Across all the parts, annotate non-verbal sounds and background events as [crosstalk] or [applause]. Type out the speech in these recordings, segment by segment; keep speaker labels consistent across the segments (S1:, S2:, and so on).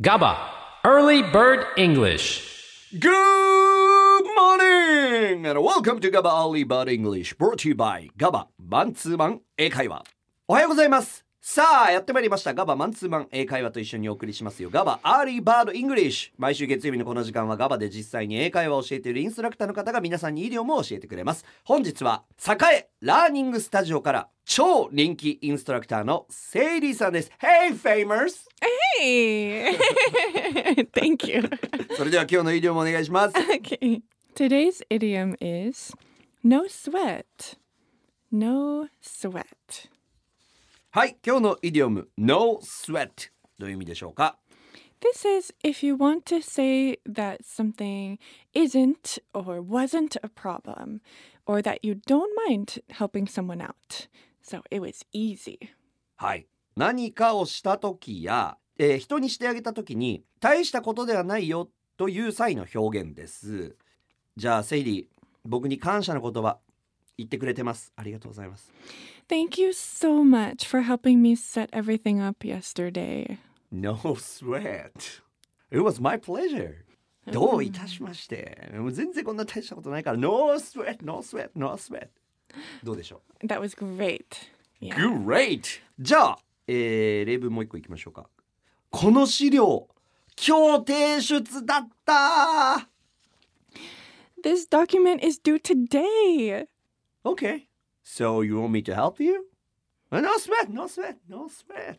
S1: GABA, Early Bird English.
S2: Good morning! And welcome to GABA Early Bird English brought to you by GABA マンツーマン英会話。おはようございます。さあ、やってまいりました。GABA マンツーマン英会話と一緒にお送りしますよ。GABA Early Bird English。毎週月曜日のこの時間は GABA で実際に英会話を教えているインストラクターの方が皆さんに医療も教えてくれます。本日は、栄ラーニングスタジオから超人気インストラクターのセイリーさんです。Hey, famers!
S3: Hey! [laughs] Thank you.
S2: それでは今日の医療もお願いします。
S3: Okay. Today's idiom is no sweat. No sweat.
S2: はい、今日のイディオム No sweat どういう意味でしょうか
S3: This is if you want to say that something isn't or wasn't a problem or that you don't mind helping someone out. So it was easy.
S2: はい、何かをした時や、えー人にしてあげた時に大したことではないよという際の表現ですじゃあセイリー僕に感謝の言葉言ってくれてますありがとうございます
S3: Thank you so much for helping me set everything up yesterday.
S2: No sweat It was my pleasure どういたしましてもう全然こんな大したことないから No sweat, no sweat, no sweat どうでしょう
S3: That was great. Yeah.
S2: Great! じゃあ、えー例文もう一個いきましょうか。この資料、今日提出だったー
S3: This document is due today.
S2: !Okay. So you want me to help you? No sweat, no sweat, no sweat.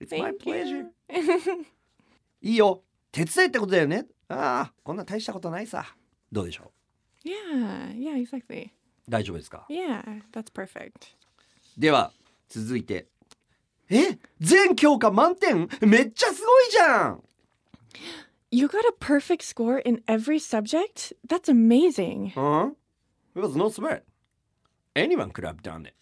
S2: It's my
S3: Thank
S2: pleasure.
S3: you.
S2: いいよ。手伝いってことだよね。ああ、こんな大したことないさ。どうでしょ
S3: Yeah, yeah, exactly.
S2: う大丈夫ですか
S3: Yeah, that's perfect.
S2: では、続いて。え全教科満点めっちゃすごいじゃん
S3: You got a perfect score in every subject? That's amazing.
S2: Huh? It was no sweat. Anyone could have done it.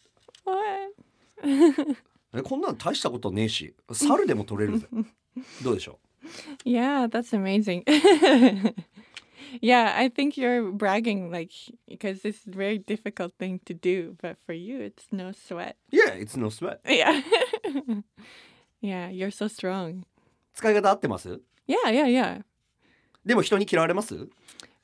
S3: What?
S2: えこんなの大したことねえし猿でも取れるぜどうでしょ
S3: Yeah, that's amazing. [laughs] yeah, I think you're bragging like because this is a very difficult thing to do, but for you it's no sweat. [laughs]
S2: う Yeah, it's no sweat
S3: Yeah. [laughs] yeah, you're so strong.
S2: 使い方合ってます
S3: Yeah, yeah, yeah.
S2: でも人に嫌われます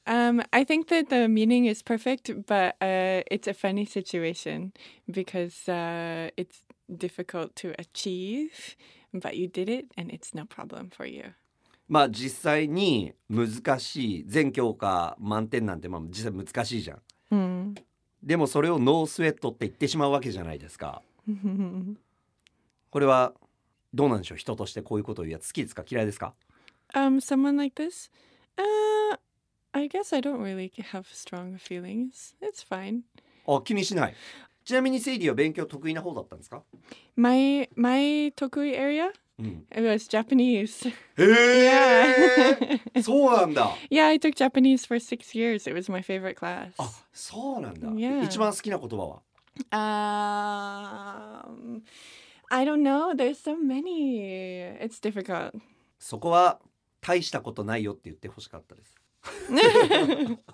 S3: Um, I think that the meaning is perfect, but uh, it's a funny situation because uh, it's difficult to achieve, but you did it and it's no problem for you.
S2: まあ実際に難しい全教科満点なんてまあ実際難しいじゃん
S3: Mm.
S2: でもそれをノースウェットって言ってしまうわけじゃないですかこれはどうなんでしょう人としてこういうことを言うやつ好きですか嫌いですか
S3: um, someone like this? Uh, I guess I don't really have strong feelings. It's fine.
S2: あ気にしないちなみにセイリーは勉強得意な方だったんですか
S3: My my tokui area
S2: うん、
S3: it was Japanese. [laughs]
S2: え
S3: Yeah.
S2: ー、そうなんだ
S3: yeah, I took Japanese for six years. It was my favorite class.
S2: あそうなんだ、
S3: Yeah.
S2: 一番好きな言葉は
S3: Um, I don't know. There's so many. It's difficult.
S2: そこは大したことないよって言ってほしかったです。